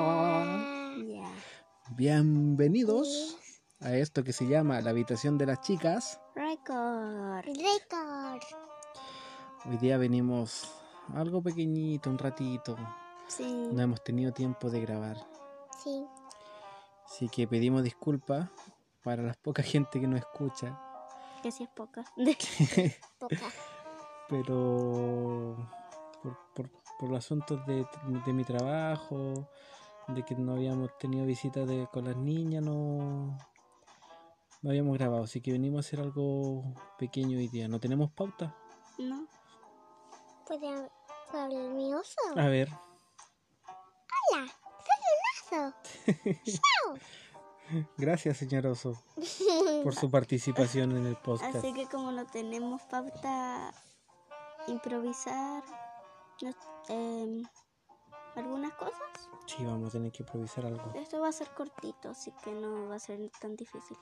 Ya. Bienvenidos a esto que se llama La habitación de las chicas. Record. Record. Hoy día venimos algo pequeñito, un ratito. Sí. No hemos tenido tiempo de grabar. Sí. Así que pedimos disculpas para la poca gente que nos escucha. Que sí es poca. Poca. Pero por, por, por los asuntos de, de mi trabajo, de que no habíamos tenido visitas de, con las niñas, no, no habíamos grabado. Así que venimos a hacer algo pequeño hoy día. No tenemos pauta. no. ¿Puede hab- puede hablar mi oso? A ver, Hola, soy un oso. gracias señor Oso por su participación en el podcast. Así que como no tenemos pauta improvisar no- em, algunas cosas, Sí, vamos a tener que improvisar algo. esto va a ser cortito, así que no va a ser tan difícil.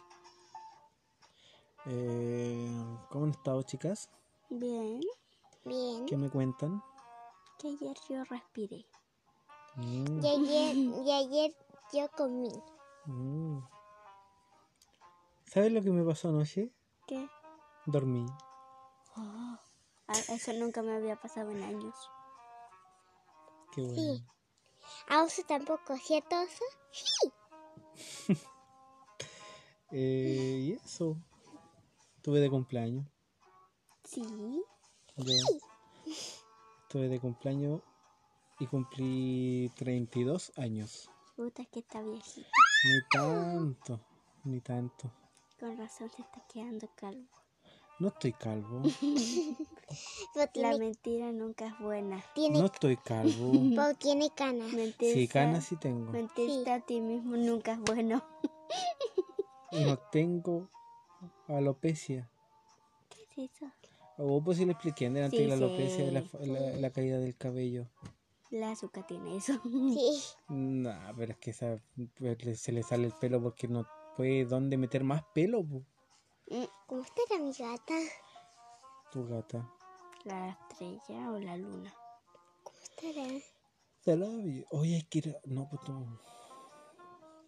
Eh, ¿Cómo han estado chicas? Bien, Bien. ¿Qué me cuentan? que ayer yo respiré. Mm, Y ayer, y ayer yo comí. mm. ¿Sabes lo que me pasó anoche? ¿Qué? Dormí. Ah, Eso nunca me había pasado en años. Qué bueno. A oso tampoco, ¿cierto oso? Eh, y eso. Tuve de cumpleaños. Sí. Yo estuve de cumpleaños y cumplí 32 años. Puta que está viejito. Ni tanto, ni tanto. Con razón se está quedando calvo. No estoy calvo. Pero La tiene, mentira nunca es buena. tiene, No estoy calvo. pero tiene canas. Mentirse, Sí, canas sí tengo. mentirte a ti mismo nunca es bueno. No tengo alopecia. ¿Qué es eso? A vos pues sí le expliqué en delante Sí, la sí. alopecia de la, fa- la- la caída del cabello. La azúcar tiene eso. Sí. Nah, pero es que esa- pues, le- se le sale el pelo porque no puede dónde meter más pelo, po, ¿Cómo estará mi gata? tu gata. La estrella o la luna. ¿Estará? Se la vi- Oye, hay que ir a- No, pues no.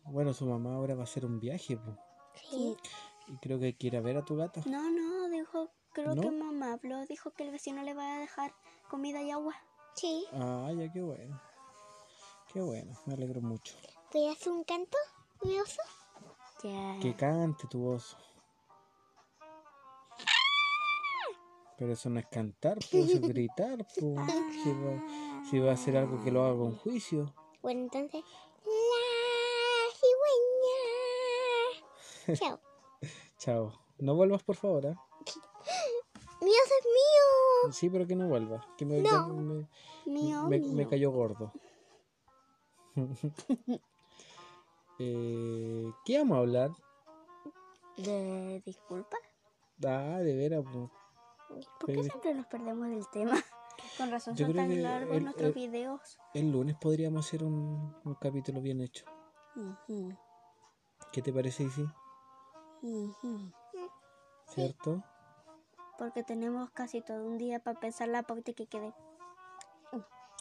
Bueno, su mamá ahora va a hacer un viaje, po, Sí. Y creo que hay que ir a ver a tu gata. No, no, dijo, creo ¿No? que mamá habló, dijo que el vecino le va a dejar comida y agua. Sí. Ah, ya, qué bueno. Qué bueno, me alegro mucho. ¿Puedes hacer un canto, mi oso? Ya. Que cante tu voz. Pero eso no es cantar, pues, eso es gritar, pues. Si va, si va a hacer algo que lo haga con juicio. Bueno, entonces. La cigüeña. Chao. Chao. No vuelvas, por favor, ¿ah? ¡Mi oso es mío! Sí, pero que no vuelvas. Que me, No. me- Mío, me- mío. me cayó gordo. Eh, ¿Qué vamos a hablar? De- disculpa. Ah, de veras, pues. ¿Por qué Pero- siempre nos perdemos del tema? Con razón Yo son creo que tan largos el- nuestros el- videos. El lunes podríamos hacer un, un capítulo bien hecho. Ujú, ¿Qué te parece, Isi? ujú. ¿Cierto? Porque tenemos casi todo un día para pensar la pauta que quede.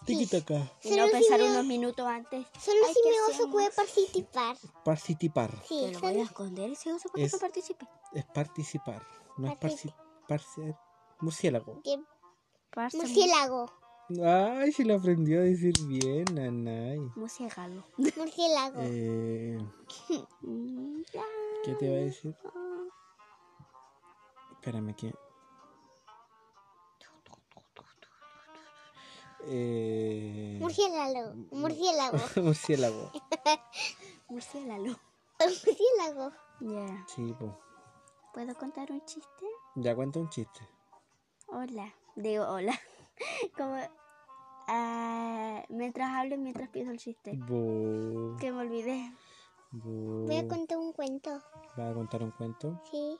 Tiki-taka. Y Solo no si pensar me- unos minutos antes. Solo Ay, si ¿qué mi oso hacemos? puede participar. Participar. Sí, Te lo voy a solo- esconder si no se puede Es- que participe. Es participar. No es Partici- parci parci- murciélago. que Parce- murciélago. Ay, se lo aprendió a decir bien, nanay. Oh. Murciélago. Murciélago. Eh, Mm, ya. ¿Qué te va a decir? Espérame que. Eh, Murciélago. Murciélago. murciélago. Murciélago. Murciélago. Ya. Sí, po. ¿Puedo contar un chiste? Ya cuenta un chiste. Hola. Digo hola. Como. ah, mientras hablo, y mientras pienso el chiste. Bu, Que me olvidé. bu. Voy a contar un cuento. ¿Vas a contar un cuento? Sí.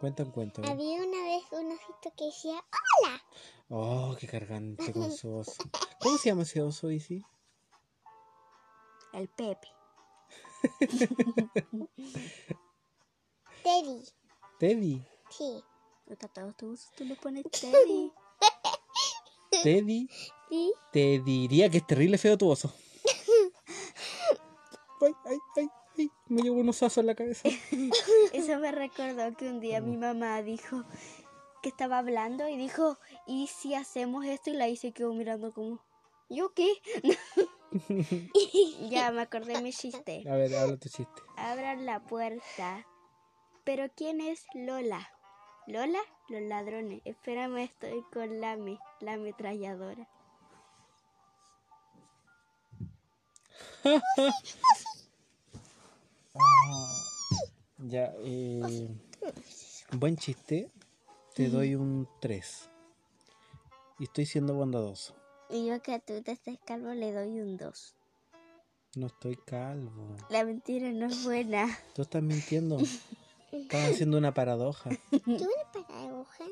Cuenta un cuento. ¿eh? a ver. Había una vez un osito que decía, Oh, qué cargante con su oso. ¿Cómo se llama ese oso, Isi? El Pepe. Teddy. Teddy. Sí. Porque a todos tus tú le pones Teddy. Teddy, Sí. te diría que es terrible feo tu oso. Ay, ay, ay, ay, me llevo un osazo en la cabeza. Eso me recordó que un día Mm. mi mamá dijo que estaba hablando y dijo, ¿y si hacemos esto? Y la hice quedó mirando como, ¿yo qué? ya me acordé mi chiste. A ver, habla tu chiste. Abran la puerta. Pero ¿quién es Lola? ¿Lola? Los ladrones. Espérame, estoy con Lame, la ametralladora. Ya, eh, buen chiste. Te doy un 3. Y estoy siendo bondadoso. Y yo que a tú te estés calvo le doy un 2. No estoy calvo. La mentira no es buena. Tú estás mintiendo. Estás haciendo una paradoja. ¿Tú una paradoja?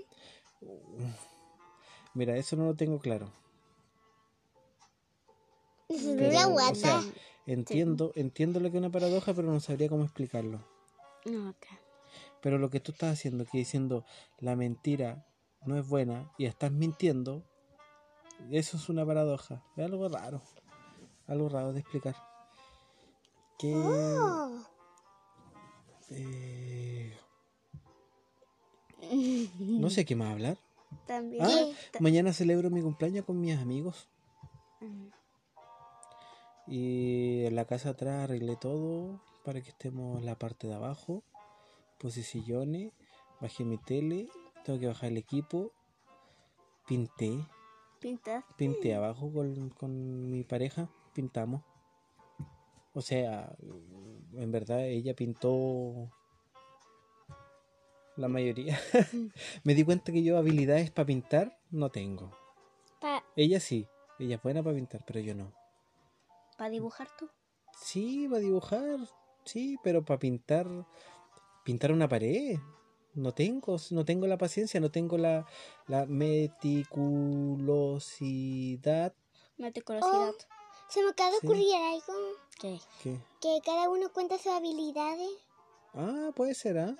Mira, eso no lo tengo claro. Es Pero, una o sea, guata. entiendo, entiendo lo que es una paradoja, pero no sabría cómo explicarlo. No, acá. Pero lo que tú estás haciendo, que diciendo la mentira no es buena y estás mintiendo, eso es una paradoja. Es algo raro. Algo raro de explicar. Que. Oh, eh, no sé qué más hablar. También. Ah, mañana celebro mi cumpleaños con mis amigos. Mm, Y en la casa atrás arreglé todo para que estemos en la parte de abajo. Puse sillones, bajé mi tele, tengo que bajar el equipo. Pinté, Pintas. pinté abajo con, con mi pareja, pintamos. O sea, en verdad ella pintó la mayoría. Me di cuenta que yo habilidades para pintar no tengo. pa- Ella sí, ella es buena para pintar, pero yo no. ¿Para dibujar tú? Sí, para dibujar, sí, pero para pintar, pintar una pared, no tengo, no tengo la paciencia, no tengo la, la meticulosidad. No te conocía. se me acaba de Sí. ocurrir algo. ¿Qué? ¿Qué? Que cada uno cuenta sus habilidades. Ah, puede ser, ¿ah?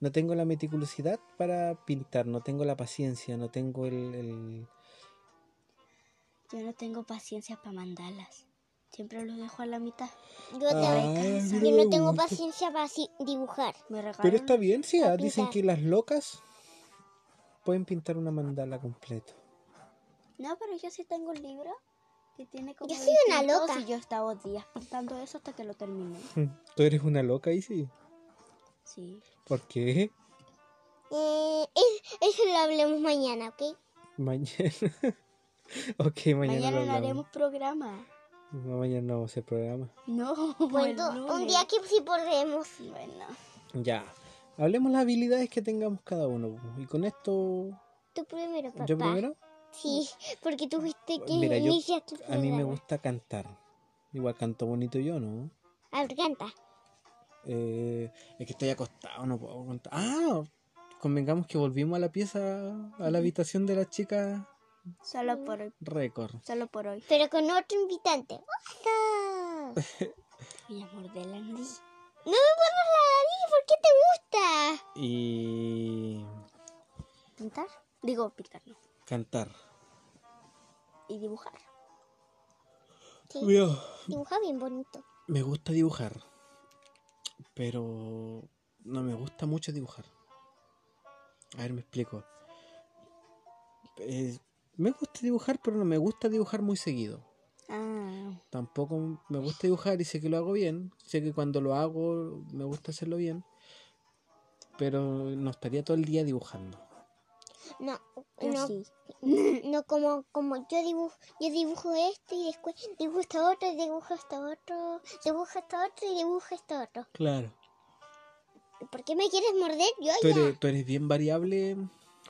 No tengo la meticulosidad para pintar, no tengo la paciencia, no tengo el... el- Yo no tengo paciencia para mandarlas. Siempre los dejo a la mitad. Yo, Ay, te- Ah, mira, yo no tengo gusta. paciencia para si- dibujar. Me regalan. Pero está bien, sí, ah, dicen pintar. que las locas pueden pintar una mandala completa. No, pero yo sí tengo un libro que tiene como. Yo soy una 22 loca. Y yo estaba días pintando eso hasta que lo terminé. Tú eres una loca, y sí. Sí. ¿Por qué? Eh, es- eso lo hablemos mañana, ¿ok? Mañana. ok, mañana. Mañana lo no hablamos. haremos programa. No, mañana no vamos a hacer programa. No, Bueno, el Pues un lunes. día que sí podremos. Bueno, Ya. Hablemos las habilidades que tengamos cada uno. Y con esto. Tú primero, papá. ¿Yo primero? Sí, porque tú fuiste quien Mira, yo- inicia tu A mí me programa. gusta cantar. Igual canto bonito yo, ¿no? A ver, canta. Eh, es que estoy acostado, no puedo contar. Ah, convengamos que volvimos a la pieza, a la habitación de la chica solo por hoy. récord. Solo por hoy. Pero con otro invitante. ¡Basta! Mi amor de la nariz. No me pongas la nariz, ¿por qué te gusta? Y ¿Pintar? Digo, pintar no. cantar. Y dibujar. Sí, Mira, dibuja bien bonito. Me gusta dibujar, pero no me gusta mucho dibujar. A ver, me explico. Eh, me gusta dibujar, pero no me gusta dibujar muy seguido. Ah. Tampoco me gusta dibujar y sé que lo hago bien. Sé que cuando lo hago me gusta hacerlo bien. Pero no estaría todo el día dibujando. No, Yo no, sí. no como, como yo dibujo, yo dibujo esto y después dibujo esto otro, y dibujo esto otro, dibujo esto otro y dibujo esto otro. Claro. ¿Por qué me quieres morder? Yo Tú ya. eres, tú eres bien variable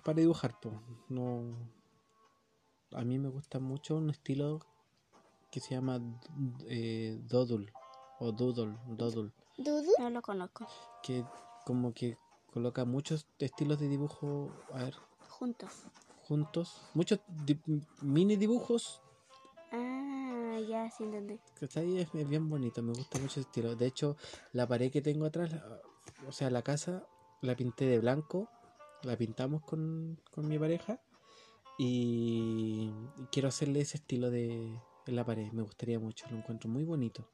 para dibujar, po. No. A mí me gusta mucho un estilo que se llama eh, Doodle o Doodle, Doodle, ¿Dudu? No lo conozco. que como que coloca muchos estilos de dibujo, a ver, Juntos. juntos, muchos di- mini dibujos, Ah, ya sí entendí. que está ahí es, es bien bonito, me gusta mucho ese estilo. De hecho, la pared que tengo atrás, la- o sea, la casa, la pinté de blanco, la pintamos con, con mi pareja Y quiero hacerle ese estilo de en la pared. Me gustaría mucho, lo encuentro muy bonito.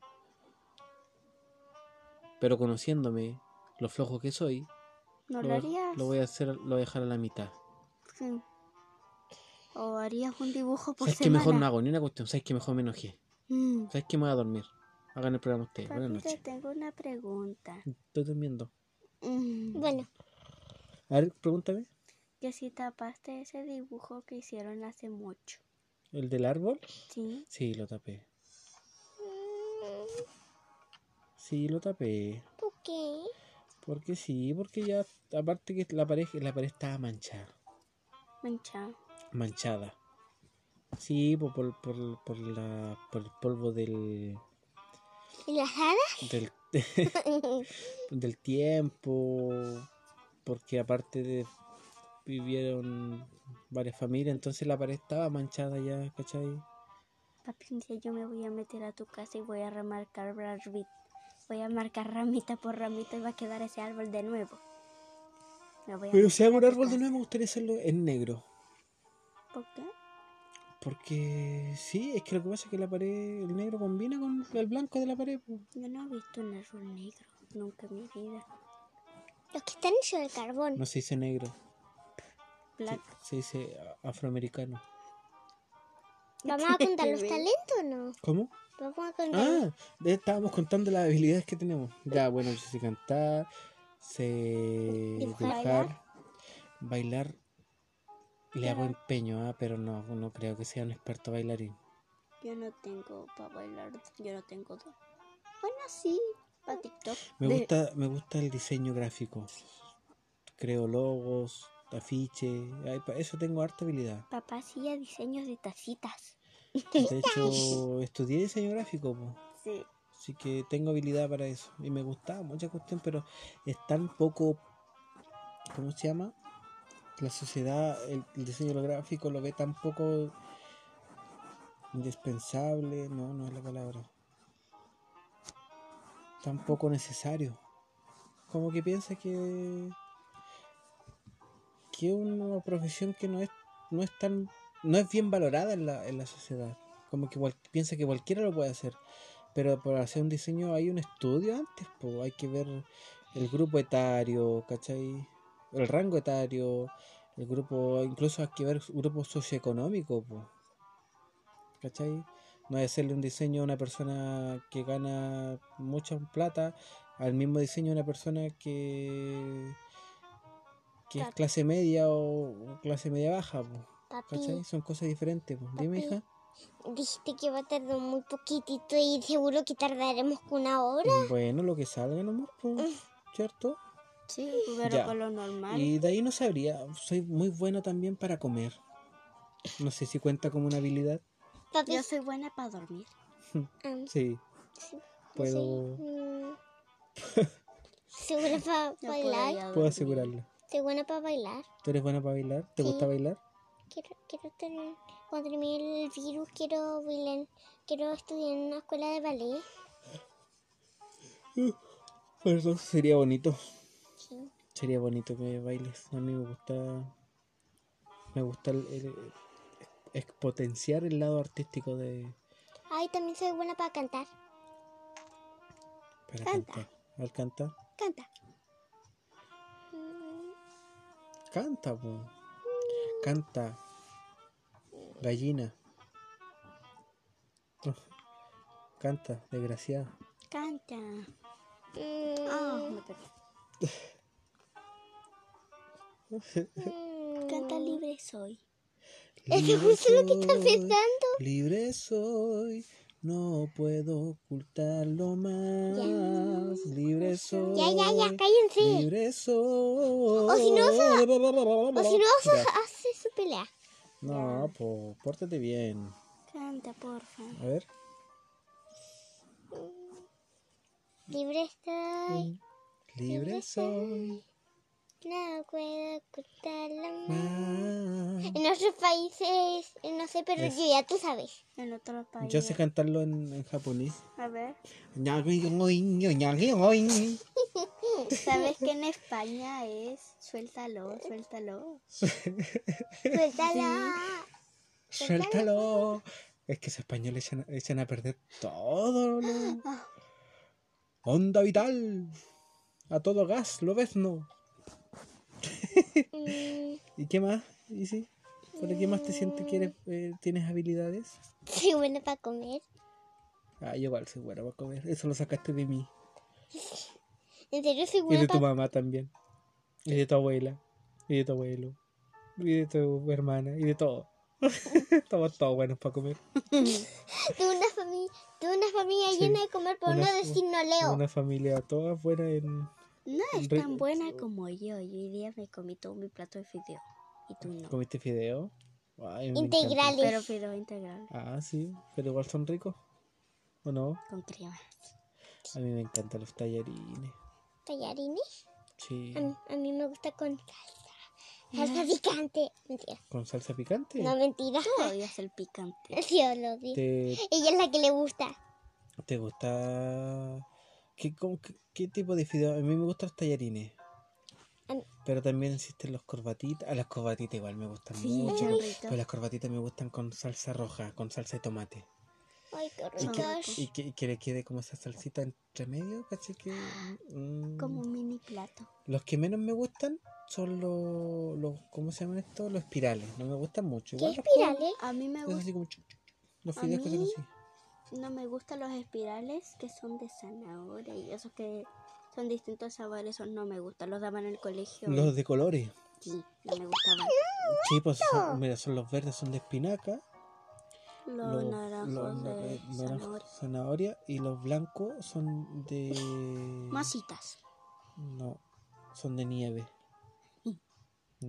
Pero conociéndome, lo flojo que soy, ¿No lo, lo voy- harías? lo voy a hacer, lo voy a dejar a la mitad. Sí. ¿O harías un dibujo por ¿Sabes que semana? mejor no hago ni una cuestión? ¿Sabes que mejor me enojé? Mm. ¿Sabes que me voy a dormir? Hagan el programa ustedes. Buenas Papi, te noches. tengo una pregunta. Estoy durmiendo. Mm. Bueno, A ver, pregúntame. Que si tapaste ese dibujo que hicieron hace mucho. ¿El del árbol? ¿Sí? Sí, lo tapé. Sí, lo tapé. ¿por qué? Porque sí, porque ya, aparte que la pared, la pared estaba manchada. Mancha. Manchada. Sí, por, por, por, por la, por el polvo del, ¿Y las hadas? del, del tiempo. Porque aparte de vivieron varias familias, entonces la pared estaba manchada ya, ¿cachai? Papi, un día yo me voy a meter a tu casa y voy a remarcar ramita. Voy a marcar ramita por ramita y va a quedar ese árbol de nuevo. Me voy a Pero si meter hago un a tu árbol de casa. nuevo me gustaría hacerlo en negro. ¿Por qué? Porque sí, es que lo que pasa es que la pared, el negro combina con el blanco de la pared. po. Yo no he visto un árbol negro nunca en mi vida. Los que están hechos de carbón. No se dice negro, Black. se dice a- afroamericano. ¿Vamos a contar los Qué bien. talentos o no? ¿Cómo? Vamos a contar. Ah, de- estábamos contando las habilidades que tenemos. Ya, bueno, yo sé cantar, sé Dibujar. dibujar, bailar. Le hago empeño, ah, pero no, no creo que sea un experto bailarín. Yo no tengo para bailar. Yo no tengo dos. Bueno, sí. Para TikTok. Me De- gusta, me gusta el diseño gráfico. Creo logos, afiche. ay, pa- Eso tengo harta habilidad. Papá hacía diseños de tacitas. De hecho, estudié diseño gráfico, po. Sí. así que tengo habilidad para eso. Y me gustaba mucha cuestión, pero es tan poco, ¿cómo se llama? La sociedad, el, el diseño gráfico lo ve tan poco indispensable, no, no es la palabra. Tan poco necesario. Como que piensa que que una profesión que no es no es tan no es bien valorada en la, en la sociedad. Como que cual- piensa que cualquiera lo puede hacer. Pero para hacer un diseño hay un estudio antes, pues hay que ver el grupo etario, ¿cachai? El rango etario, el grupo, incluso hay que ver su grupo socioeconómico, pues. ¿cachai? No es hacerle un diseño a una persona que gana mucha plata al mismo diseño de una persona que que es Papi. clase media o o clase media baja, pues. Papi, ¿Cachai? Son cosas diferentes. pues. Dime, Papi. hija. dijiste que va a tardar muy poquitito y seguro que tardaremos una hora. Bueno, lo que salga nomás, pues, ¿cierto? Sí, pero Ya. con lo normal. Y de ahí no sabría. Soy muy bueno también para comer. No sé si cuenta como una habilidad. Papi, Yo soy buena para dormir. ah, Sí. sí, Puedo- sí, mm. Soy buena para Yo bailar. podría Puedo dormir. asegurarlo. Soy buena para bailar. ¿Tú eres buena para bailar? ¿Te Sí. gusta bailar? Quiero, quiero tener, cuando termine el virus, quiero bailar. Quiero estudiar en una escuela de ballet. Perdón, sería bonito. Sí. Sería bonito que bailes. A mí me gusta. Me gusta el- el- es- potenciar el lado artístico de. Ay, también soy buena para cantar. Para Canta. cantar. Al cantar. Canta. Canta, po. Canta. Gallina. Canta, desgraciada. Canta. Ah, Mm, me perdí. mm. Canta libre soy. Es que justo lo que está pensando. Libre soy, no puedo ocultarlo más. Libre soy. Ya, ya, ya, cállense. Libre soy. O si no, no, O si no, Ya. hace su pelea. No, po, pórtate bien. Canta, porfa. A ver. Libre estoy, Libre soy. Mm. no puedo ocultarlo más. más. En otros países, eh, no sé, pero Es- yo ya tú sabes. en otros países. Yo sé cantarlo en, en japonés. A ver, ¿sabes que en España es suéltalo, suéltalo? Suéltala. Suéltalo. Es que esos españoles echan, echan a perder todo. lo- Onda vital. A todo gas, lo ves, no. Mm, ¿Y qué más, Isi? ¿Por qué más te sientes que eres, eh, tienes habilidades? Mm, soy buena para comer. Ah, yo igual soy bueno para comer. Eso lo sacaste de mí. En serio, soy Y buena de tu para mamá también. Y de tu abuela. Y de tu abuelo. Y de tu hermana. Y de todo. Estamos todos buenos para comer. Tengo una familia, tengo una familia Sí. llena de comer, pero Una- no decir no leo. Una familia toda buena en... No es Re- tan buena como yo. Yo hoy día me comí todo mi plato de fideo. Y tú no. ¿Comiste fideo? Ay, me Integrales. Pero fideo integral encanta. Ah, sí. Pero igual son ricos. ¿O no? con crema. A mí me encantan los tallarines. Tallarines. Sí. Mm. Ah. A, mí- a mí me gusta con salsa. Salsa picante. Mentira. ¿Con salsa picante? No, mentira. Tú odias el picante. Sí, yo lo odio. ¿Te, Ella es la que le gusta. te gusta...? ¿Qué, cómo- qué- qué tipo de fideo? A mí me gustan los tallarines. A Mm. mí- Pero también existen los corbatitas. A las corbatitas igual me gustan Sí, mucho. son ricas. Pero las corbatitas me gustan con salsa roja, con salsa de tomate. Ay, qué Y Son que, ricas. ricos. y que, y que le quede como esa salsita entre medio, caché que. mm, Como un mini plato. Los que menos me gustan son los, los. ¿Cómo se llaman estos? Los espirales. No me gustan mucho. ¿Qué ¿eh? Igual los como, espirales? A mí me es gusta. así como chuc, chuc, chuc. Los A fideos que son mí- así. No me gustan los espirales que son de zanahoria y esos que son distintos sabores, esos no me gustan. Los daban en el colegio. Los de colores. Sí, no me gustaban. Sí, pues son, mira, son los verdes, son de espinaca. Los los- naranjos los- los de de naranjo- zanahoria. zanahoria, Y los blancos son de. Masitas. No, son de nieve. Mm.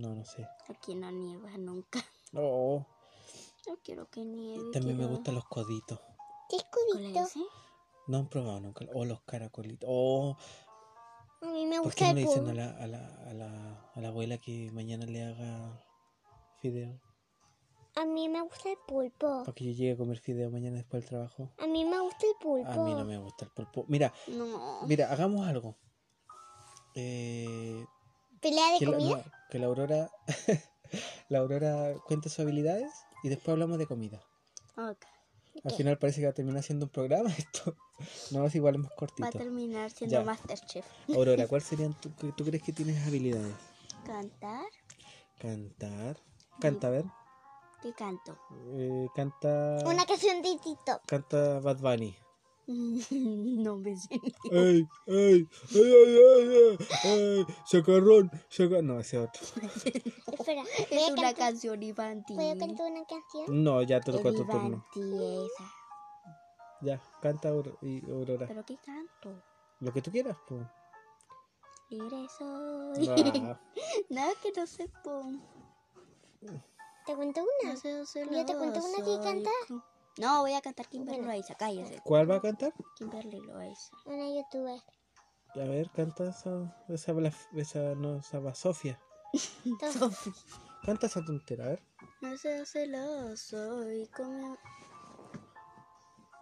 No, no sé. Aquí no nieva nunca. Oh, No quiero que nieve. también me quiero- gustan los coditos. ¿Qué ¿Cuál es escudito? ese? No han probado nunca. O los caracolitos. Oh, A mí me ¿por qué gusta no el le dicen a puro. la, a la, a la, a la abuela que mañana le haga fideo? A mí me gusta el pulpo. Para que yo llegue a comer fideo mañana después del trabajo. A mí me gusta el A mí no pulpo. me gusta el pulpo. Mira, No. mira, hagamos algo. Eh, ¿Pelea de que, la, comida? no, que la Aurora la Aurora cuente sus habilidades y después hablamos de comida. Ok. Al final parece que va a terminar siendo un programa esto. No, es igual es más Va a cortito. terminar siendo Ya. Masterchef. Aurora, ¿cuál serían tú, que tú crees que tienes habilidades? Cantar. Cantar. Canta, a ver. ¿Qué canto? Eh, canta. Una canción de Tito. Canta Bad Bunny. no me siento. ¡Ey! ¡Ey! ¡Ey! ¡Ey! ¡Ey! ey! ¡Sacarrón! saca- No, ese otro. Espera, voy Es a una cantar, canción Ivanti. voy a cantar una canción. No, ya te tocó tu turno. Ivanti esa. Ya, canta Aur- y Aurora. ¿Pero qué canto? Lo que tú quieras, pues. Libre soy. Nada que no sé, po. ¿Te cuento No una? sé, soy Yo te cuento una que cantar. No, voy a cantar Kimberly Loaiza, cállese. ¿Cuál va a cantar? Kimberly Loaiza. Una youtuber. A ver, canta esa. Esa. bla- Esa. No, esa va Sofía. Entonces, Sofi. Canta esa tontera, a ver. No sé, celoso y como...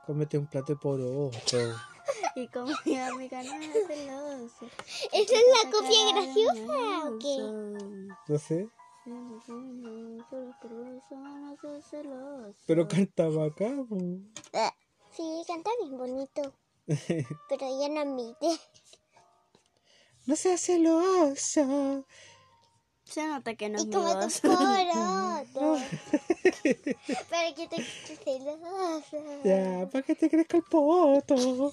Cómete un plato de oh, poroto. Y como mi amiga no es celoso. ¿Esa es la copia graciosa o qué? No sé. No sé, celoso. Pero canta bacán, po. Sí, canta bien bonito. Pero ella no admite. No seas celoso. Se nota que no es Y mi como voz. tu poroto. Para que te escuches celosa. Ya, para que te crezca el poto.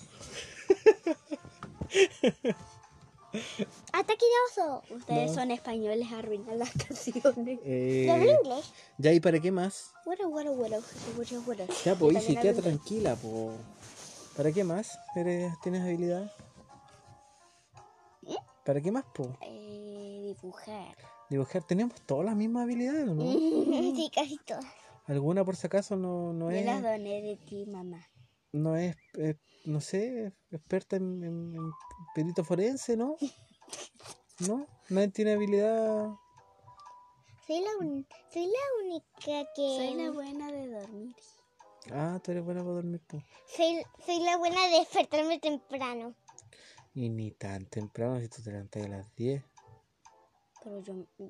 Ataque de oso. Ustedes son españoles, arruinan las canciones. Yo hablo Eh, inglés. ya, ¿y para qué más? Bueno, bueno, bueno, bueno, bueno. Ya, pues, También si queda hablo inglés. tranquila, po. ¿Para qué más? ¿Eres, ¿Tienes habilidad? ¿Para qué más, po? Eh, dibujar. Dibujar, tenemos todas las mismas habilidades, ¿no? Sí, casi todas. Alguna por si acaso no, no Yo las es, doné de ti, mamá. no es, eh, no sé, experta en, en- en perito forense, ¿no? ¿No? Nadie tiene habilidad Soy la, un- soy la única que... Soy la buena de dormir. Ah, tú eres buena para dormir, po. soy, soy la buena de despertarme temprano. Y ni tan temprano si tú te levantas a las 10. Pero yo. En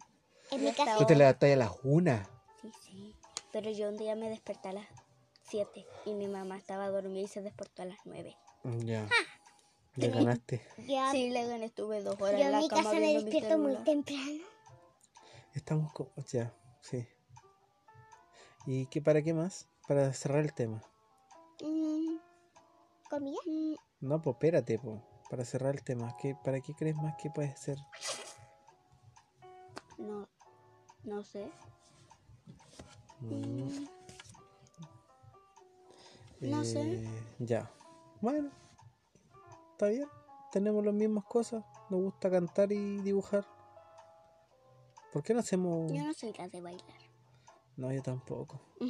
Ya mi está. casa... Tú te levantas a las 1. Sí, sí. Pero yo un día me desperté a las 7 y mi mamá estaba dormida y se despertó a las 9. Ah, Ya. Le ganaste. Yo, Sí, le gané, estuve dos horas Ah. yo en en la mi cama casa me viendo mi despierto muy celular. temprano. Estamos con... Ya, sí. ¿Y qué para qué más? Para cerrar el tema. Mm, ¿Comida? Mm. No, pues espérate, po. Para cerrar el tema. ¿Qué, ¿Para qué crees más que puede ser? No, no sé. Mm. No sé. Eh, Ya. Bueno. Está bien. Tenemos las mismas cosas. Nos gusta cantar y dibujar. ¿Por qué no Mm. hacemos...? Yo no soy la de bailar. No, yo tampoco. Tú,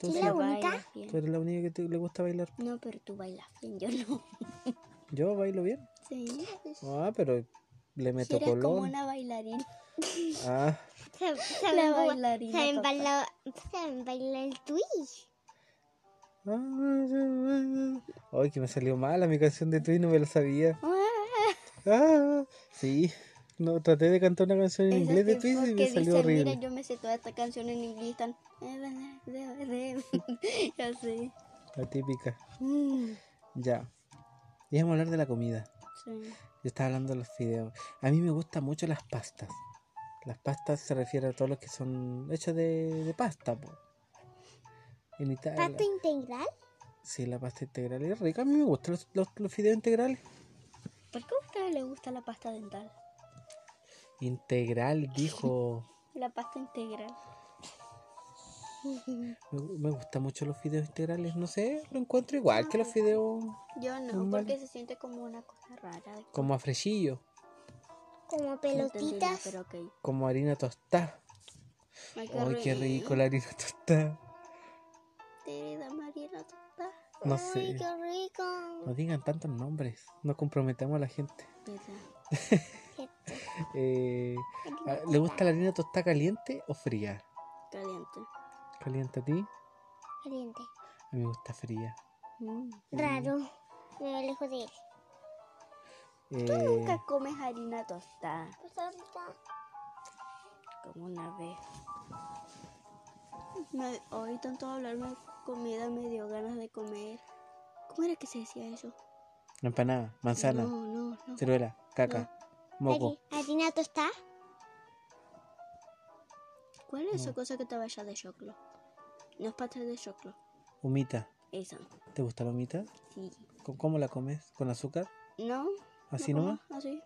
¿Tú sí, la no bonita? bailas bien. tú eres la única que te- le gusta bailar. No, pero tú bailas bien, yo no. Yo bailo bien. Sí. Ah, pero le Si meto eres como colón. una bailarina. Ah, Sab- La ¿Saben, cómo- bailarina. saben papá. bailar, saben bailar el twist? Ay, que me salió mala mi canción de Twin, no me la sabía. Ah, sí. No, traté de cantar una canción en Esos inglés de tipos Twin y me salió que dicen, mira, horrible. yo me sé toda esta canción en inglés. Tan... "Eh, ya sé. La típica. Mm, Ya. Y vamos a hablar de la comida. sí. Yo estaba hablando de los fideos. A mí me gustan mucho las pastas. Las pastas se refiere a todos los que son hechos de, de pasta. po. En Italia. ¿Pasta integral? Sí, la pasta integral es rica. A mí me gustan los, los- los fideos integrales. ¿Por qué a ustedes les gusta la pasta dental? Integral, dijo. La pasta integral. Me, me gustan mucho los fideos integrales. No sé, lo encuentro igual que los fideos Yo no, Normal. porque se siente como una cosa rara. de- como a freshillo, Como no entendí nada, pelotitas. pero ok. como harina tostada. Ay, Ay, qué rico la harina tostada. Teresa María la tonta. No Ay, sé. qué rico. No digan tantos nombres. No comprometamos a la gente. Esa. Eh, ah, ¿Le gusta la harina tostada caliente o fría? Caliente. ¿Caliente a ti? Caliente. A mí me gusta fría. Mm. Raro. Me alejo de él. Eh, Nunca comes harina tostada. Pues ahorita. Como una vez. Me- hoy tanto hablarme de comida me dio ganas de comer. ¿Cómo era que se decía eso? empanada, manzana, No, no, no. ciruela, caca, moco. Hari- Harina tostada. ¿Cuál es esa cosa que te vaya de choclo? No es pastel de choclo. Humita. Esa. ¿Te gusta la humita? Sí. ¿Con- ¿Cómo la comes? ¿Con azúcar? ¿No? ¿Así ¿No nomás? como? Así.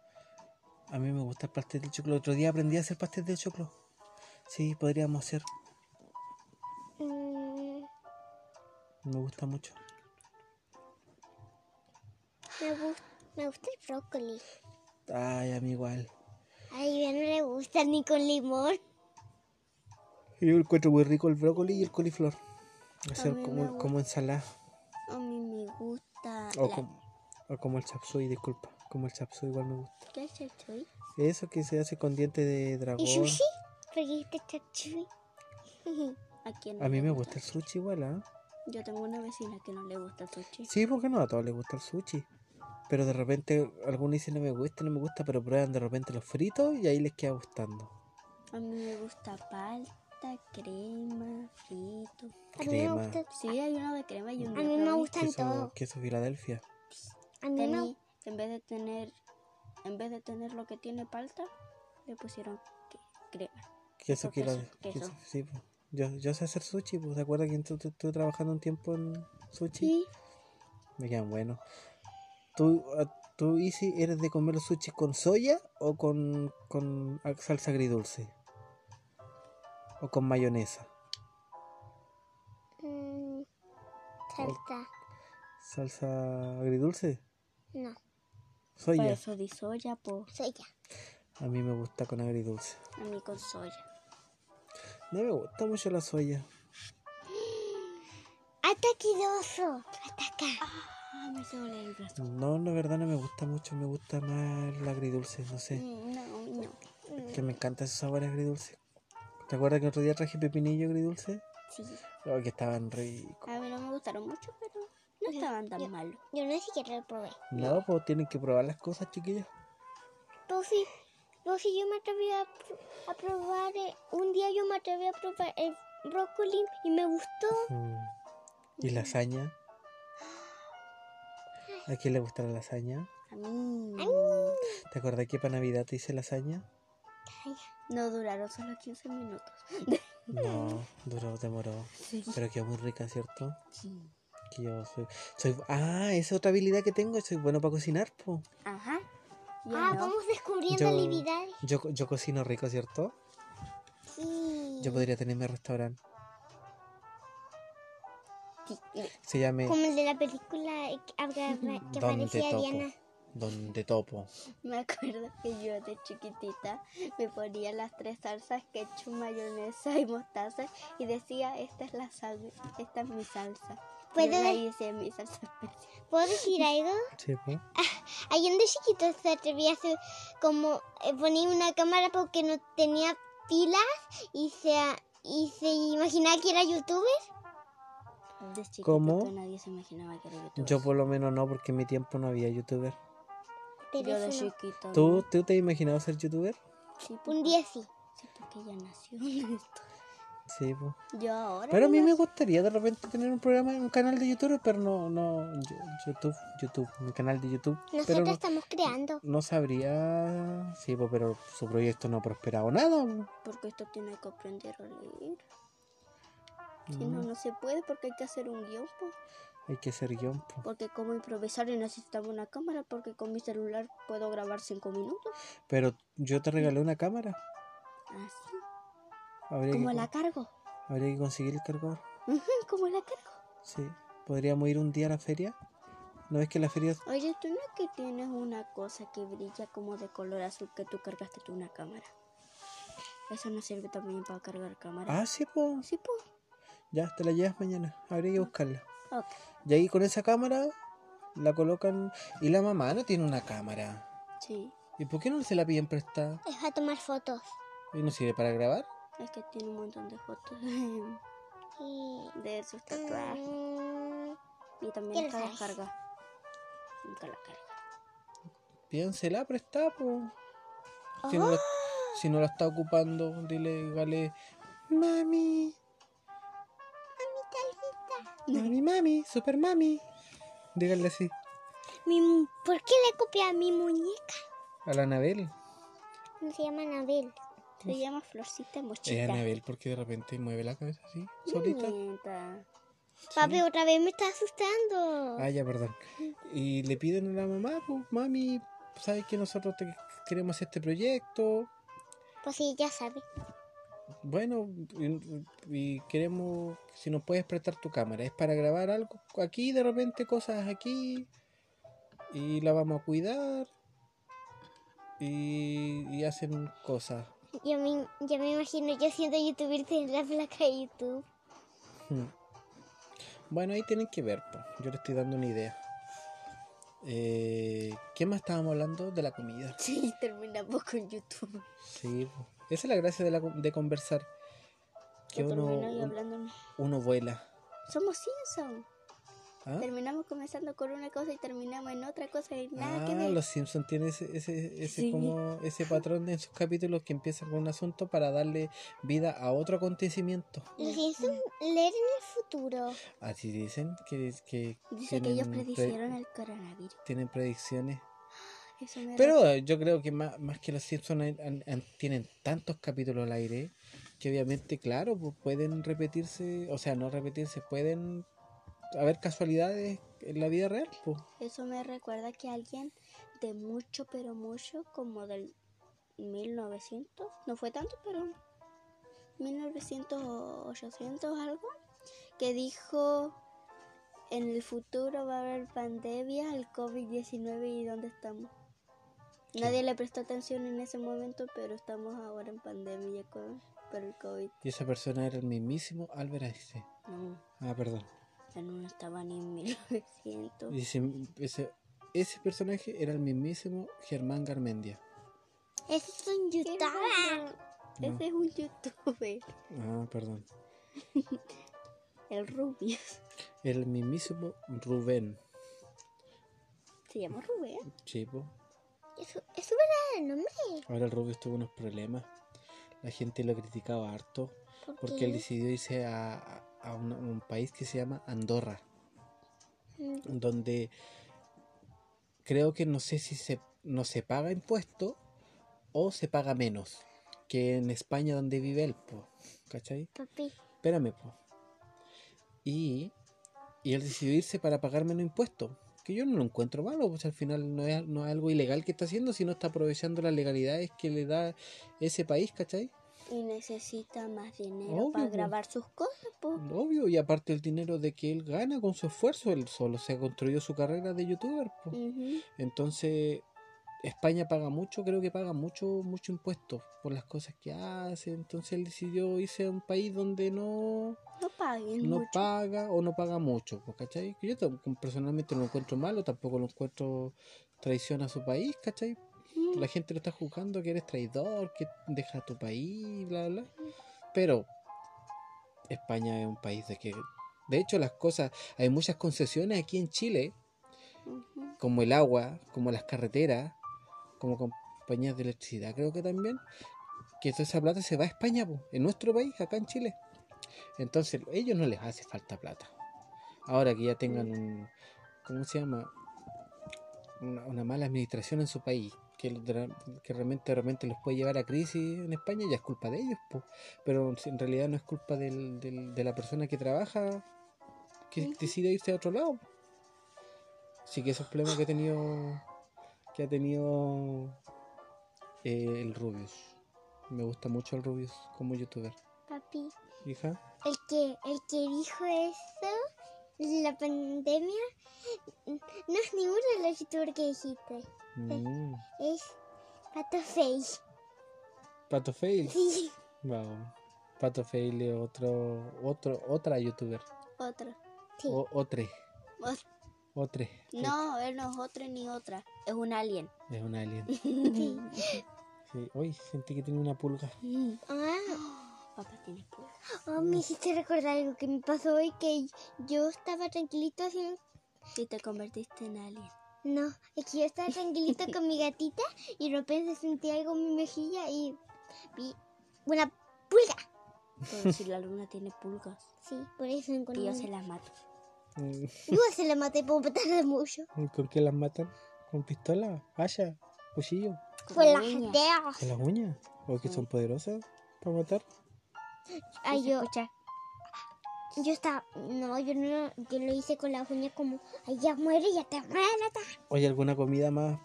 A mí me gusta el pastel de choclo. El otro día aprendí a hacer pastel de choclo. Sí, podríamos hacer. Mm, Me gusta mucho. me, gus- me gusta el brócoli. Ay, a mí igual. Ay, ya no le gusta ni con limón. Yo encuentro muy rico el brócoli y el coliflor. Hacer mí me como, como ensalada. A mí me gusta. O, la- como, o como el chapsuy, disculpa. Como el chapsuy igual me gusta. ¿Qué es esto eh? ahí? Eso que se hace con dientes de dragón. ¿Y sushi? Porque dijiste chachui. ¿A quién no A le mí me gusta el sushi igual, ¿ah? Yo tengo una vecina que no le gusta el sushi. Sí, porque no a todos les gusta el sushi. Pero de repente algunos dicen no me gusta, no me gusta, pero prueban de repente los fritos y ahí les queda gustando. A mí me gusta palta, crema, frito. A mí me Crema. gusta. Sí, hay uno de crema y uno A de mí me probé. gustan Queso, todos. queso Filadelfia. A mí me Tení- en vez de tener en vez de tener lo que tiene palta, le pusieron que- crema. Queso, Queso, queso, Filadelfia. queso. sí, po. yo, yo sé hacer sushi, pues, ¿te acuerdas que tú- tú- estuve trabajando un tiempo en sushi? Me quedan buenos. ¿Tú, a- tú Isi, eres de comer sushi con soya o con, con a- salsa agridulce? ¿O con mayonesa? Mm, salsa. ¿Salsa agridulce? No, Por Soya. eso di soya, po. soya. A mí me gusta con agridulce. A mí con soya. No me gusta mucho la soya. Ataquidoso. Ataca. Ah, me se duele el brazo. No, la verdad no me gusta mucho. Me gusta más la agridulce, no sé. Mm, No, no. Que me encanta esos sabores agridulces. ¿Te acuerdas que otro día traje pepinillo agridulce? Sí. Oh, que estaban ricos. A mí no me gustaron mucho, pero no estaban tan yo- malos. Yo no siquiera lo probé. No, pues tienen que probar las cosas, chiquillos. Pero si, pero si yo me atreví a, pr- a probar, eh, un día yo me atreví a probar el brócoli y me gustó. Mm. ¿Y lasaña? ¿A quién le gusta la lasaña? A mí ¿Te acuerdas que para Navidad te hice lasaña? no duraron solo 15 minutos. No, duró, demoró. Sí. Pero quedó muy rica, ¿cierto? Que yo soy, soy- Ah, esa es otra habilidad que tengo. Soy bueno para cocinar, po. Ajá. Yo ah, no. vamos descubriendo Yo- habilidades. Yo, co- yo cocino rico, ¿cierto? Sí. Yo podría tener mi restaurante. Sí, mire, Se llame Como el de la película eh, que, abra- Donde que parecía Topo. Diana. Donde Topo. Me acuerdo que yo de chiquitita me ponía las tres salsas, ketchup, mayonesa y mostaza y decía, esta es la sal- esta es mi salsa. ¿Puedo Yo la de- hice mi salsa especial. ¿Puedo decir algo? Sí, po. Ahí de chiquito se atrevía a hacer como eh, ponía una cámara porque no tenía pilas y se, y se imaginaba que era youtuber. pues, De chiquitita ¿Cómo? nadie se imaginaba que era youtuber. Yo por lo menos no, porque en mi tiempo no había youtuber. Pero Yo de eso no. chiquito. ¿Tú, ¿Tú te has imaginado ser youtuber? Sí, porque, un día sí. sí, porque ya nació en esto. Sí, po. Yo ahora. Pero a mí ya me nací. gustaría de repente tener un programa, un canal de YouTube, pero no, no, yo- YouTube, YouTube, un canal de YouTube. Nosotros Pero no, estamos creando. no sabría, sí, po, pero su proyecto no ha prosperado nada. po. Porque esto tiene que aprender a leer. Si no, Mm, no se puede porque hay que hacer un guión. po. Hay que ser guión. po. Porque como improvisar y necesitaba una cámara porque con mi celular puedo grabar cinco minutos. Pero yo te regalé una cámara. Así. Habría, Como que, la con- cargo. habría que conseguir el cargador. Ujú, Como la cargo. Sí. ¿Podríamos ir un día a la feria? ¿No es que la feria... Oye, tú no es que tienes una cosa que brilla como de color azul que tú cargaste tú una cámara. Eso no sirve también para cargar cámara. Ah, sí, pues. Sí, pues. Ya, te la llevas mañana. Habría que buscarla. Ok. Y ahí con esa cámara la colocan... Y la mamá no tiene una cámara. Sí. ¿Y por qué no se la piden prestada? Es para tomar fotos. ¿Y no sirve para grabar? Es que tiene un montón de fotos de Y... sus tatuajes. Mm, Y ¿Qué también nunca la tatuajes? carga. Nunca la carga. Piénsela prestada, po. Si, no la, si no la está ocupando, dile, gale, mami, mami, mami, super mami. Díganle así mi mu- ¿Por qué le copié a mi muñeca? a la Anabel. No se llama Anabel. Se llama Florcita Es Mochita. Eh, Anabel porque de repente mueve la cabeza así, solita. Nieta. Papi, otra vez me está asustando. Ah, ya, perdón. Y le piden a la mamá, pues, mami, ¿sabes que nosotros te- queremos hacer este proyecto? Pues sí, ya sabe. Bueno, y, y queremos si nos puedes prestar tu cámara. Es para grabar algo aquí, de repente cosas aquí. Y la vamos a cuidar. Y, y hacen cosas. Yo me, yo me imagino yo siendo youtuber en la placa de YouTube. Hmm. Bueno, ahí tienen que ver, po. yo le estoy dando una idea. Eh, ¿Qué más estábamos hablando? De la comida. Sí, terminamos con YouTube. Sí, po. esa es la gracia de, la co- de conversar. Que Yo uno, termino y un- hablando. uno vuela. Somos Simpson. ¿Ah? Terminamos comenzando con una cosa y terminamos en otra cosa y nada que Ah, ver. los Simpsons tienen ese, ese, ese, Sí. como, ese patrón en sus capítulos que empiezan con un asunto para darle vida a otro acontecimiento. Los Simpsons leer en el futuro. Así dicen que, que Dice que ellos tienen pre- predicieron el coronavirus. tienen predicciones. Eso me Pero eh, yo creo que más, más que los Simpsons han- han- han- tienen tantos capítulos al aire que obviamente, claro, pues pueden repetirse, o sea, no repetirse, pueden haber casualidades en la vida real. Pues. Eso me recuerda que alguien de mucho, pero mucho, como del 1900, no fue tanto, pero 1900 o 800 algo, que dijo, en el futuro va a haber pandemia, el COVID-19 y dónde estamos. Nadie le prestó atención en ese momento, pero estamos ahora en pandemia con por el COVID. Y esa persona era el mismísimo Albert Einstein. No, Ah, perdón. ya no estaba ni en 1900. Ese, ese, ese personaje era el mismísimo Germán Garmendia. Esos son youtubers. No. Ese es un youtuber, Ah, perdón. el Rubius. El mismísimo Rubén. Se llama Rubén. Chipo. Es su, es su verdadero nombre. Ahora el Rubius tuvo unos problemas. La gente lo criticaba harto ¿Por porque qué? él decidió irse a, a un, un país que se llama Andorra, Mm. donde creo que no sé si se, no se paga impuesto o se paga menos que en España donde vive él, po, ¿cachai? Papi, Espérame, po. Y, y él decidió irse para pagar menos impuestos. Que yo no lo encuentro malo, pues al final no es, no es algo ilegal que está haciendo, sino está aprovechando las legalidades que le da ese país, ¿cachai? Y necesita más dinero Obvio, pues. para po. grabar sus cosas, po. Obvio, y aparte el dinero de que él gana con su esfuerzo, él solo se construyó su carrera de youtuber. po. Ujú. Entonces, España paga mucho, creo que paga mucho, mucho impuesto por las cosas que hace. Entonces él decidió irse a un país donde no, No paguen no mucho. paga o no paga mucho, pues, ¿cachai? Que yo tampoco- personalmente no lo encuentro malo, tampoco lo encuentro traición a su país, ¿cachai? Mm. La gente lo está juzgando que eres traidor, que dejas tu país, bla, bla. Pero España es un país de que... De hecho, las cosas... Hay muchas concesiones aquí en Chile, Ujú. como el agua, como las carreteras, como compañías de electricidad, creo que también, que toda esa plata se va a España, po, en nuestro país, acá en Chile. Entonces, a ellos no les hace falta plata. Ahora que ya tengan un, ¿cómo se llama? Una, una mala administración en su país, que, lo dra- que realmente, realmente los puede llevar a crisis en España, ya es culpa de ellos, po. pero si en realidad no es culpa del- del- de la persona que trabaja que Ujú. decide irse a otro lado. Así que esos problemas que ha tenido que ha tenido eh, el Rubius. Me gusta mucho el Rubius como youtuber. papi. Hija, El que, el que dijo eso, la pandemia, mm, no es ninguno de los youtubers que dijiste. Mm. Es Pato Fey. Pato Fail. Sí. Wow. Pato Fail es otro, otro, otra youtuber. Otro. Sí. O, otre, Ot- otre. No, él no es otro ni otra. Es un alien. Es un alien. Sí. Sí. Uy, sentí que tenía una pulga. Mm. Ah, Papá tiene pulgas. oh, me hiciste recordar algo que me pasó hoy que yo estaba tranquilito haciendo... Y te convertiste en alien. No, es que yo estaba tranquilito con mi gatita y de repente sentí algo en mi mejilla y vi una pulga. Pero si la luna tiene pulgas, Sí, por eso encontré. y yo se Yo las mato. Mm. se la maté por matarla mucho. ¿Con qué las matan? ¿Con pistola? ¿Haya? ¿Cuchillo? Con Pues Por las uñas. dedos. ¿Con las uñas? ¿O que son poderosas para matar? Ay, Sí se yo, escucha. yo estaba. No, yo no. Yo lo hice con las uñas como. Ay, ya muere, ya te muere. ta. Oye, ¿alguna comida más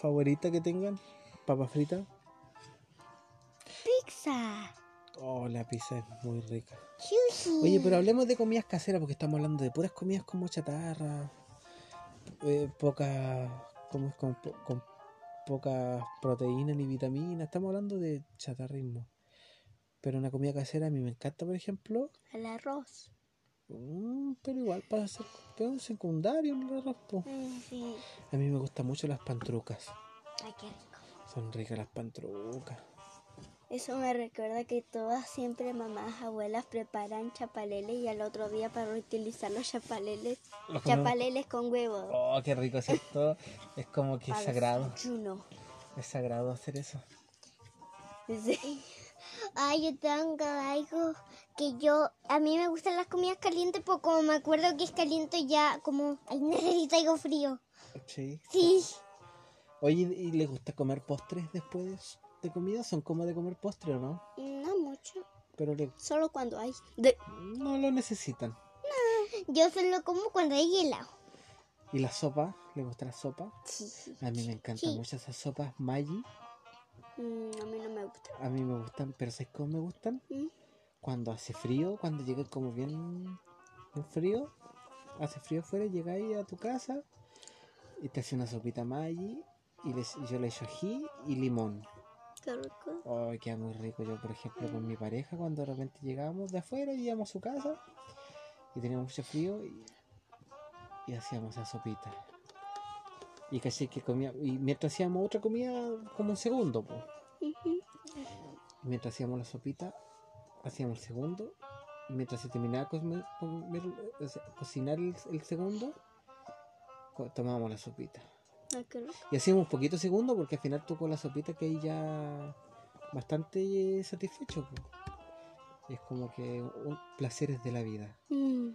favorita que tengan? ¿Papa frita? Pizza. Oh, la pizza es muy rica. Sushi. Oye, pero hablemos de comidas caseras porque estamos hablando de puras comidas como chatarra, eh, poca, ¿cómo es? Con, po- con poca proteína ni vitamina. Estamos hablando de chatarrismo. Pero una comida casera a mí me encanta, por ejemplo. El arroz. Mm, pero igual para hacer pero un secundario, un arroz, po. sí. A mí me gustan mucho las pantrucas. Ay, qué rico. Son ricas las pantrucas. Eso me recuerda que todas siempre mamás, abuelas preparan chapaleles y al otro día para reutilizar los chapaleles, Los comemos. chapaleles con huevo. Oh, qué rico, ¿cierto? es como que es Para sagrado. desayuno. Es sagrado hacer eso. Sí. Ay, yo tengo algo que yo. A mí me gustan las comidas calientes porque como me acuerdo que es caliente ya como. Ay, necesito algo frío. Sí. Sí. Oye, ¿y le gusta comer postres después de comida? ¿Son como de comer postre o no? No mucho. Pero le- Solo cuando hay. De... no lo necesitan. Yo solo como cuando hay helado. ¿Y la sopa? ¿Le gusta la sopa? Sí. A mí me encantan Sí. mucho esas sopas Maggi. Mm, a mí no me gusta. A mí me gustan, pero ¿sabes cómo me gustan? Mm. Cuando hace frío, cuando llega como bien, bien frío, hace frío afuera, llegáis a tu casa y te hace una sopita Maggi y les- yo le echo ají y limón. Qué rico. Ay, queda muy rico. Yo, por ejemplo, con mi pareja, cuando de repente llegábamos de afuera y íbamos a su casa y teníamos mucho frío y, y hacíamos esa sopita. Y casi que comía, y mientras hacíamos otra comida como un segundo, po. Ujú. Y mientras hacíamos la sopita, hacíamos el segundo. Y mientras se terminaba cosme- comer- o sea, cocinar el, el segundo, co- tomábamos la sopita. Ay, Ah, qué rico. Y hacíamos poquito segundo porque al final tú con la sopita que hay ya bastante eh, satisfecho. po. Es como que un, placeres de la vida. Mm.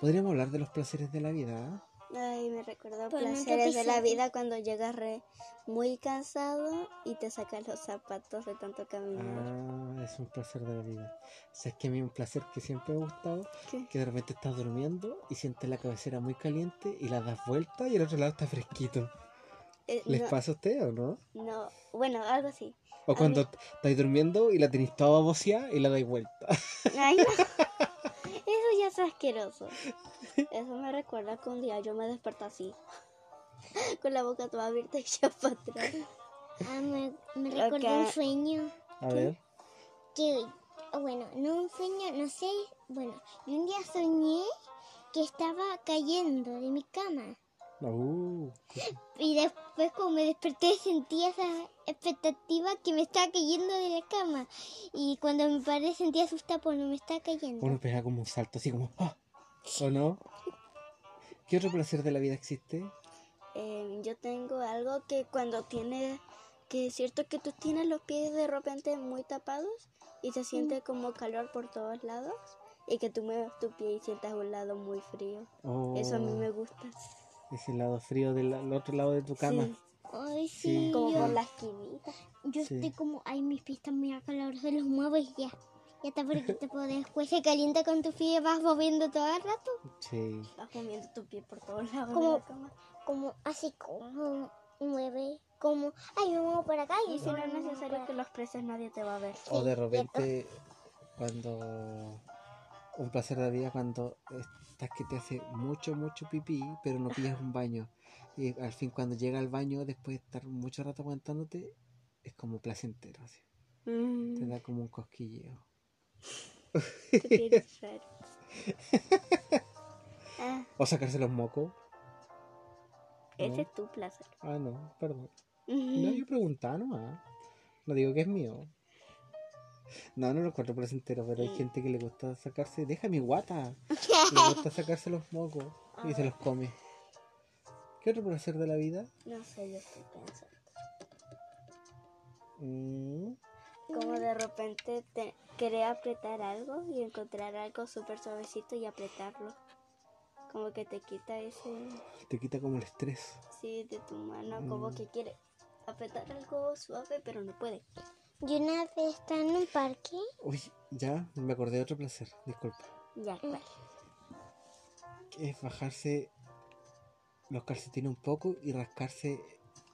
Podríamos hablar de los placeres de la vida. ¿ah? Ay, me recordó Por un placeres de la episodio. vida cuando llegas re- muy cansado y te sacas los zapatos de tanto caminar. Ah, es un placer de la vida. O sea, es que a mí un placer que siempre me ha gustado, ¿Qué? que de repente estás durmiendo y sientes la cabecera muy caliente y la das vuelta y el otro lado está fresquito. Eh, ¿Les no, pasa a ustedes o no? no, bueno, algo así. O A cuando t- estáis durmiendo y la tenéis toda boceada y la dais vuelta. Ay, no. Eso ya es asqueroso. Eso me recuerda que un día yo me desperté así, con la boca toda abierta y ya para atrás. Ah, me, me Ok. recordó un sueño. A ver. que, bueno, no un sueño, no sé, bueno, y un día soñé que estaba cayendo de mi cama. Uh, Y después cuando me desperté sentía esa expectativa que me estaba cayendo de la cama. Y cuando me paré sentía asustada por no me estaba cayendo. uno pega como un salto, así como... ¡ah! ¿O no? ¿Qué otro placer de la vida existe? Eh, yo tengo algo que cuando tienes, que es cierto que tú tienes los pies de repente muy tapados y se siente como calor por todos lados y que tú mueves tu pie y sientas un lado muy frío. Oh, Eso a mí me gusta. Es el Oh, lado frío del al otro lado de tu cama. Sí, Ay, Sí. sí, como por yo, la esquinita. yo Sí. estoy como, ay, mis pies están muy acalorados, los muevo y ya. Ya está fresquito, pero después pues, se calienta con tu pie y vas moviendo todo el rato. Sí. Vas moviendo tu pie por todos lados. de Como- la cama. como así como mueve como ay me muevo por acá y Y si no ahora es me muevo necesario por que los preses nadie te va a ver. O de Sí, repente, cuando. Un placer de la vida cuando estás que te hace mucho, mucho pipí, pero no pillas un baño. Y al fin, cuando llega al baño, después de estar mucho rato aguantándote, es como placentero, así. Mm. Te da como un cosquilleo. Qué tienes raro. Ah, O sacarse los mocos. ese ¿no? es tu placer. Ah, no, perdón. No, yo preguntaba nomás. No digo que es mío. No, no lo encuentro placentero, pero hay gente que le gusta sacarse. Deja mi guata. Le gusta sacarse los mocos y se los come. ¿Qué otro placer de la vida? No sé, yo estoy pensando. Mm, Como de repente te- querer apretar algo y encontrar algo súper suavecito y apretarlo. Como que te quita ese, te quita como el estrés. sí, de tu mano, como Mm. que quiere apretar algo suave, pero no puede. acá. y una vez estaba en un parque Uy, ya me acordé de otro placer. Disculpa. Ya, ¿cuál? Es bajarse los calcetines un poco y rascarse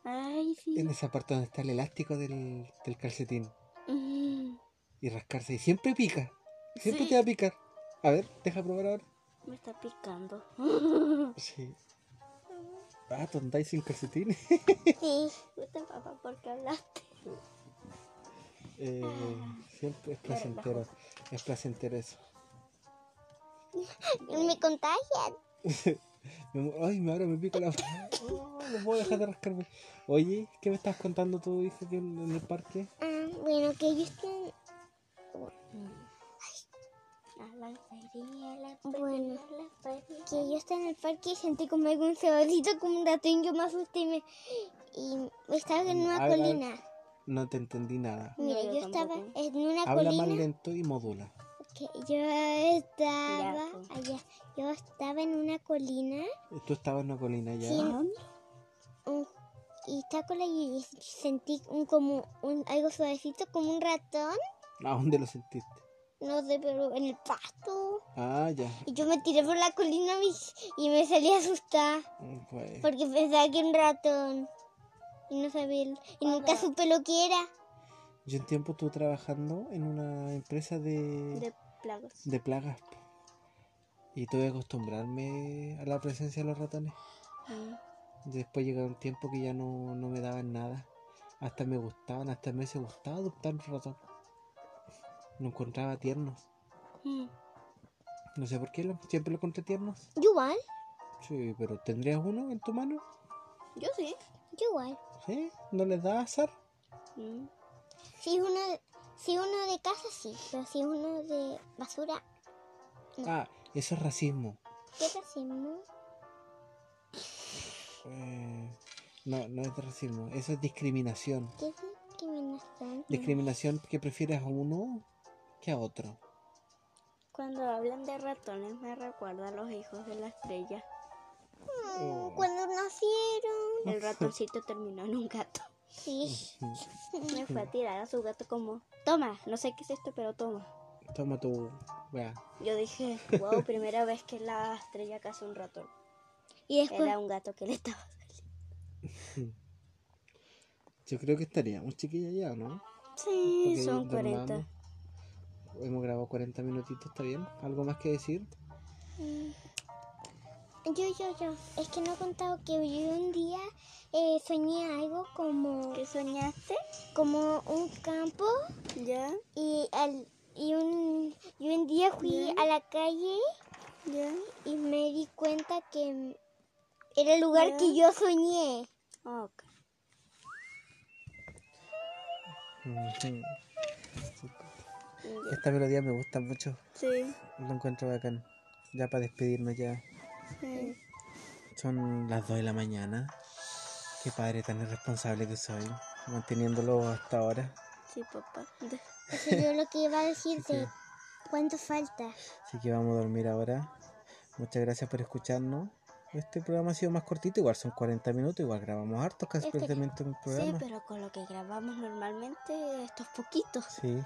Ay, sí. en esa parte donde está el elástico del, del calcetín. Mm, y rascarse. Y siempre pica. Siempre Sí. te va a picar. A ver, deja probar ahora. me está picando. Sí. Ah, tontáis sin calcetines. sí Puta papá, ¿por qué hablaste? Eh, siempre es placentero. Es placentero eso. y me contagian Mi amor, Ay, me- ahora me pica la. Oh, no puedo dejar de rascarme. Oye, ¿qué me estás contando tú, dices, que en en el parque? ah, bueno que yo estoy A la feria, a la feria, Bueno. a la feria. que yo estaba en el parque y sentí como algún saborcito como un ratón yo me asusté y, me, y estaba en una Mm, Habla- colina No te entendí nada. mira No, yo yo estaba tampoco. en una Habla más colina lento y modula. que yo estaba Ya, pues. allá yo estaba en una colina Tú estabas en una colina ya. Sí. un- y estaba con la lluvia y sentí un, como un, algo suavecito, como un ratón, ¿A dónde lo sentiste? no sé, pero en el pasto. Ah, ya. Y yo me tiré por la colina mi- y me salí asustada Mm, Pues, porque pensaba que era un ratón. Y no sabía, el- y nunca supe lo que era. yo un tiempo estuve trabajando en una empresa De plagos. de plagas. po. Y tuve que acostumbrarme a la presencia de los ratones. Mm. Después llegó un tiempo que ya no, no me daban nada. Hasta me gustaban, hasta me hubiese gustado adoptar un ratón. Lo encontraba tiernos. Mm. No sé por qué, lo- siempre lo encontré tiernos. Yo igual, Sí, pero ¿tendrías uno en tu mano? Mm. Yo sí. yo igual. ¿Sí? ¿No les da azar? Mm. Si uno, Si uno de casa, sí. Pero si uno de basura, Ah, eso es racismo. ¿qué racismo? Eh, no, no es racismo. Eso es discriminación. ¿Qué discriminación? Discriminación que prefieres a uno que a otro. Cuando hablan de ratones me recuerda a los hijos de la estrella. Oh, Cuando nacieron. El ratoncito terminó en un gato. Sí. Me fue a tirar a su gato como, toma, no sé qué es esto, pero toma. Toma tu. Vea. Yo dije, wow, primera vez que la estrella casi un ratón. Y después, Era un gato que le estaba. Yo creo que estaríamos chiquillas ya, ¿no? Sí, Porque son 40. dormamos. Hemos grabado 40 minutitos, ¿está bien? ¿Algo más que decir? yo, yo, yo. Es que no he contado que yo un día eh, soñé algo como, ¿Qué soñaste? como un campo Ya, y, al, y, un, y un día fui a la calle ya. y me di cuenta que era el lugar que yo soñé. Ah, Ok. Esta melodía me gusta mucho. Sí, Lo encuentro bacán. Ya para despedirnos ya. sí. Son las 2 de la mañana. Qué padre tan irresponsable que soy. Manteniéndolo hasta ahora. Sí, papá. Eso yo lo que iba a decirte. Sí. ¿Cuánto falta? Así que vamos a dormir ahora. Muchas gracias por escucharnos. Este programa ha sido más cortito, igual son 40 minutos, igual grabamos hartos casi Este- prácticamente un Sí, programa. pero con lo que grabamos normalmente, estos poquitos. Sí.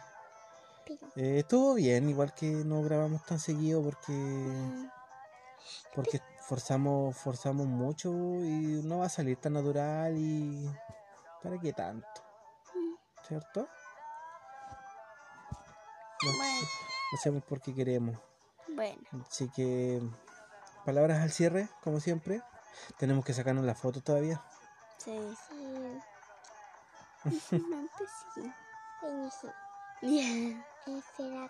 Eh, estuvo bien, igual que no grabamos tan seguido porque Ah, porque forzamos forzamos mucho y no va a salir tan natural y para qué tanto. ¿Cierto? Lo, Bueno. lo hacemos porque queremos. Bueno, Así que palabras al cierre, como siempre. Tenemos que sacarnos la foto todavía. sí. Sí. Antes sí. Bueno, sí. Ya. Espera.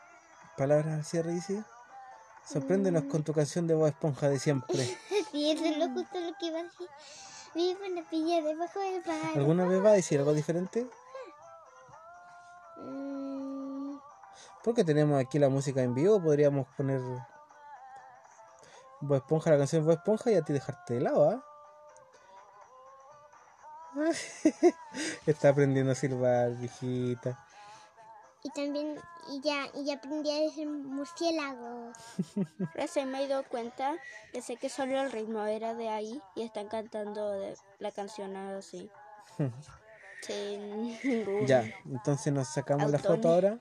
Palabras al cierre, dice. Sorpréndenos con tu canción de voz esponja de siempre. Sí, eso es lo justo lo que iba a decir. Vivo en la pilla debajo del palo. ¿Alguna vez va a decir algo diferente? Mm, Porque tenemos aquí la música en vivo, podríamos poner Voz Esponja, la canción Voz Esponja y a ti dejarte de lado, ¿ah? Está aprendiendo a silbar, viejita. y también, y ya, y ya aprendí a decir murciélago. Recién me he dado cuenta que sé que solo el ritmo era de ahí y están cantando de- la canción así. Sin ningún. Ya, entonces nos sacamos la foto Autone. ahora,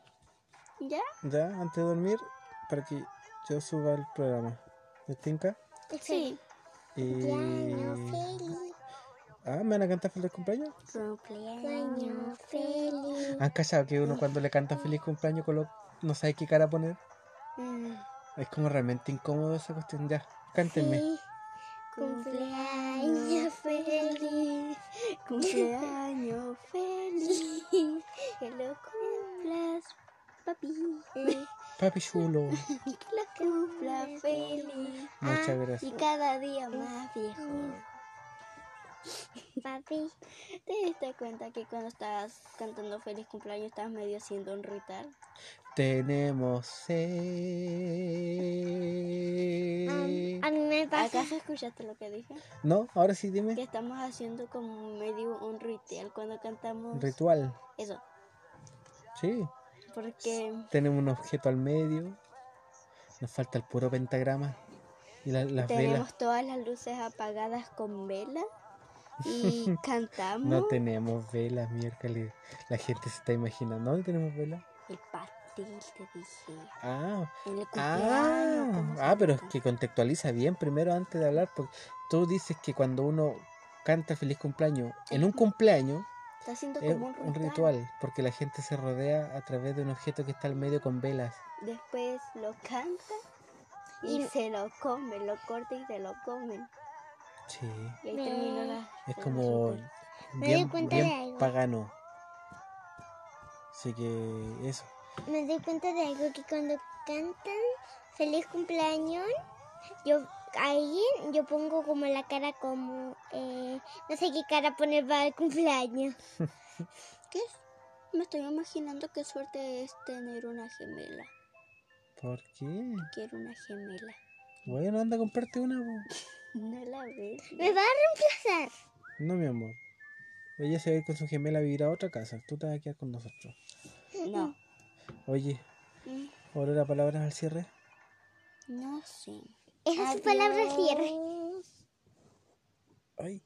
¿Ya? ya, antes de dormir, para que yo suba el programa. ¿Me tinca? Sí. Y... Cumpleaños Mm. feliz, Ah, ¿me van a cantar feliz cumpleaños? cumpleaños feliz. ¿Han cachado que Ah. uno cuando le canta feliz cumpleaños colo- no sabe qué cara poner? Mm. Es como realmente incómodo esa cuestión. Ya, cántenme. Sí. Cumpleaños feliz. Cumpleaños feliz. Que lo cumplas, papi. Que Papi chulo. lo cumplas feliz. Muchas Ah, Y gracias. cada día más viejo. Papi, ¿Te diste cuenta que cuando estabas cantando feliz cumpleaños estabas medio haciendo un rital? Tenemos Ah, sed. ah. a mí me pasa. ¿Acaso escuchaste lo que dije? No, ahora sí Que dime. estamos haciendo como medio un ritual cuando cantamos Ritual. eso. Sí. Porque Tenemos un objeto al medio. Nos falta el puro pentagrama. Y la- las tenemos velas. todas las luces apagadas con vela y cantamos No tenemos velas, miércoles. La gente se está imaginando. ¿Dónde tenemos velas? el pastel, te dije. Ah, En el cumpleaños. Ah, ¿cómo se ah, pero es llama? que contextualiza bien primero antes de hablar, porque tú dices que cuando uno canta feliz cumpleaños, en un cumpleaños Está haciendo es como un ritual, porque la gente se rodea a través de un objeto que está al medio con velas. Después lo canta y Y- se lo comen, lo corta y se lo comen. Sí, Y ahí Me- terminó la. es el como ritual. Me doy bien, cuenta bien de algo. pagano. Así que eso. Me doy cuenta de algo que cuando cantan feliz cumpleaños, yo ahí yo pongo como la cara como eh, no sé qué cara poner para el cumpleaños. ¿Qué? Me estoy imaginando qué suerte es tener una gemela. ¿Por qué? Quiero una gemela. Bueno, anda a comprarte una. po. No la ves. Me va a reemplazar. No, mi amor. Ella se va a ir con su gemela a vivir a otra casa. Tú te vas a quedar con nosotros. No. Oye, Mm, ahora palabras al cierre. No sé. Esa es su palabra de cierre. Adiós. Ay,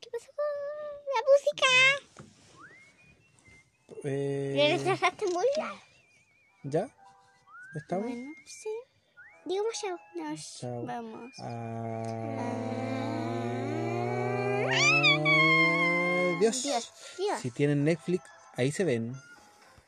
¿Qué pasó con la música? eh, Reemplazaste muy largo. ¿ya? ¿Estamos? Bueno, sí. Digo más chao. Nos Chao. vamos. Adiós. Dios. Dios. Si tienen Netflix, ahí se ven.